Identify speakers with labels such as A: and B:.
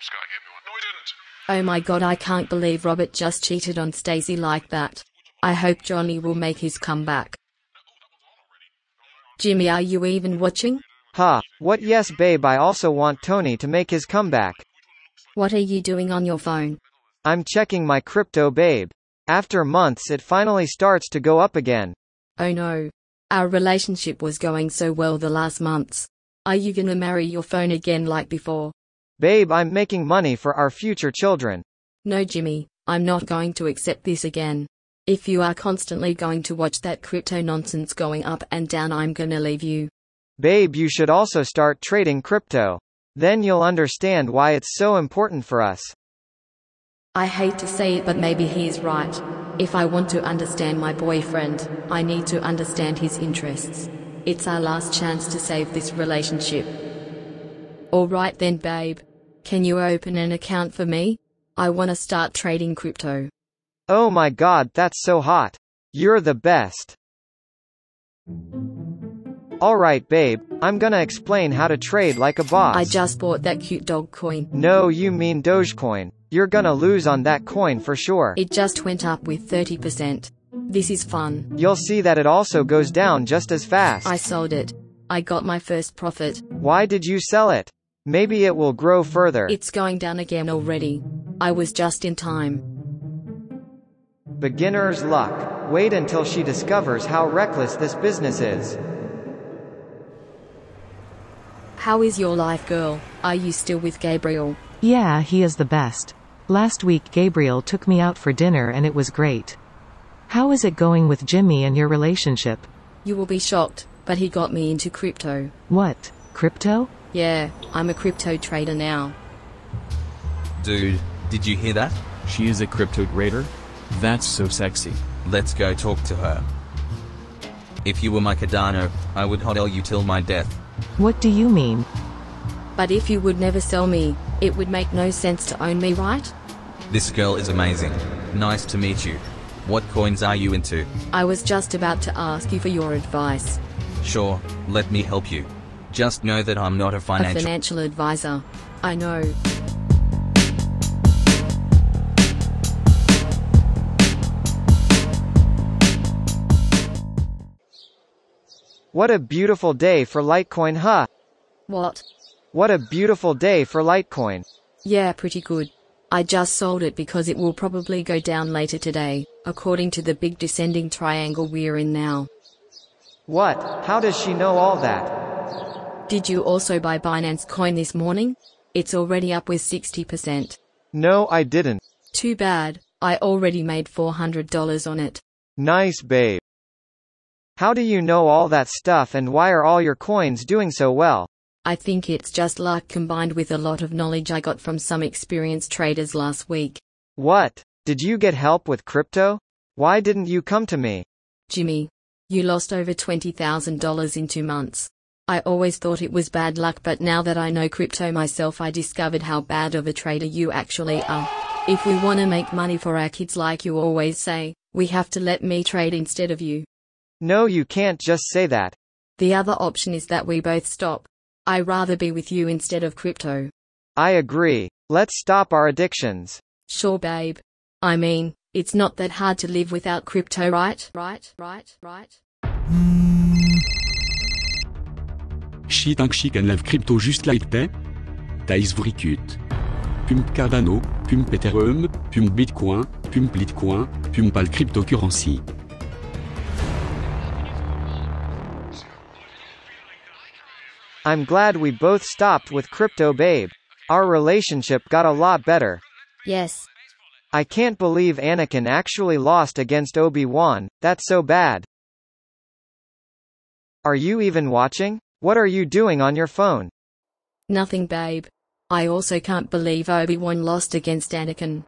A: Scott gave me one. No, he didn't.
B: Oh my god, I can't believe Robert just cheated on Stacy like that. I hope Johnny will make his comeback. Jimmy, are you even watching?
C: Ha, what yes babe I also want Tony to make his comeback.
B: What are you doing on your phone?
C: I'm checking my crypto babe. After months it finally starts to go up again.
B: Oh no. Our relationship was going so well the last months. Are you gonna marry your phone again like before?
C: Babe I'm making money for our future children.
B: No, Jimmy, I'm not going to accept this again. If you are constantly going to watch that crypto nonsense going up and down, I'm gonna leave you.
C: Babe you should also start trading crypto. Then you'll understand why it's so important for us.
B: I hate to say it, but maybe he is right. If I want to understand my boyfriend, I need to understand his interests. It's our last chance to save this relationship. Alright then, babe. Can you open an account for me? I wanna start trading crypto.
C: Oh my god that's so hot. You're the best. Alright babe, I'm gonna explain how to trade like a boss.
B: I just bought that cute dog coin.
C: No you mean Dogecoin. You're gonna lose on that coin for sure.
B: It just went up with 30%. This is fun.
C: You'll see that it also goes down just as fast.
B: I sold it. I got my first profit.
C: Why did you sell it? Maybe it will grow further.
B: It's going down again already. I was just in time.
C: Beginner's luck. Wait until she discovers how reckless this business is.
B: How is your life, girl? Are you still with Gabriel?
D: Yeah, he is the best. Last week Gabriel took me out for dinner and it was great. How is it going with Jimmy and your relationship?
B: You will be shocked, but he got me into crypto.
D: What? Crypto?
B: Yeah, I'm a crypto trader now.
E: Dude, did you hear that?
F: She is a crypto trader? That's so sexy.
E: Let's go talk to her. If you were my Cardano, I would hodl you till my death.
D: What do you mean?
B: But if you would never sell me, it would make no sense to own me, right?
E: This girl is amazing. Nice to meet you. What coins are you into?
B: I was just about to ask you for your advice.
E: Sure, let me help you. Just know that I'm not a
B: A
E: financial.
B: financial advisor. I know.
C: What a beautiful day for Litecoin, huh?
B: What?
C: What a beautiful day for Litecoin.
B: Yeah, pretty good. I just sold it because it will probably go down later today, according to the big descending triangle we're in now.
C: What? How does she know all that?
B: Did you also buy Binance Coin this morning? It's already up with 60%.
C: No, I didn't.
B: Too bad, I already made $400 on it.
C: Nice, babe. How do you know all that stuff and why are all your coins doing so well?
B: I think it's just luck combined with a lot of knowledge I got from some experienced traders last week.
C: What? Did you get help with crypto? Why didn't you come to me?
B: Jimmy, you lost over $20,000 in two months. I always thought it was bad luck, but now that I know crypto myself, I discovered how bad of a trader you actually are. If we want to make money for our kids, like you always say, we have to let me trade instead of you.
C: No, you can't just say that.
B: The other option is that we both stop. I rather be with you instead of crypto.
C: I agree. Let's stop our addictions.
B: Sure, babe. I mean, it's not that hard to live without crypto, right? Right, right, right.
F: She think she can have crypto just like that? That is very cute. Pump Cardano, pump Ethereum, pump Bitcoin, pump Litecoin, pump all cryptocurrency.
C: I'm glad we both stopped with crypto, babe. Our relationship got a lot better.
B: Yes.
C: I can't believe Anakin actually lost against Obi-Wan, that's so bad. Are you even watching? What are you doing on your phone?
B: Nothing, babe. I also can't believe Obi Wan lost against Anakin.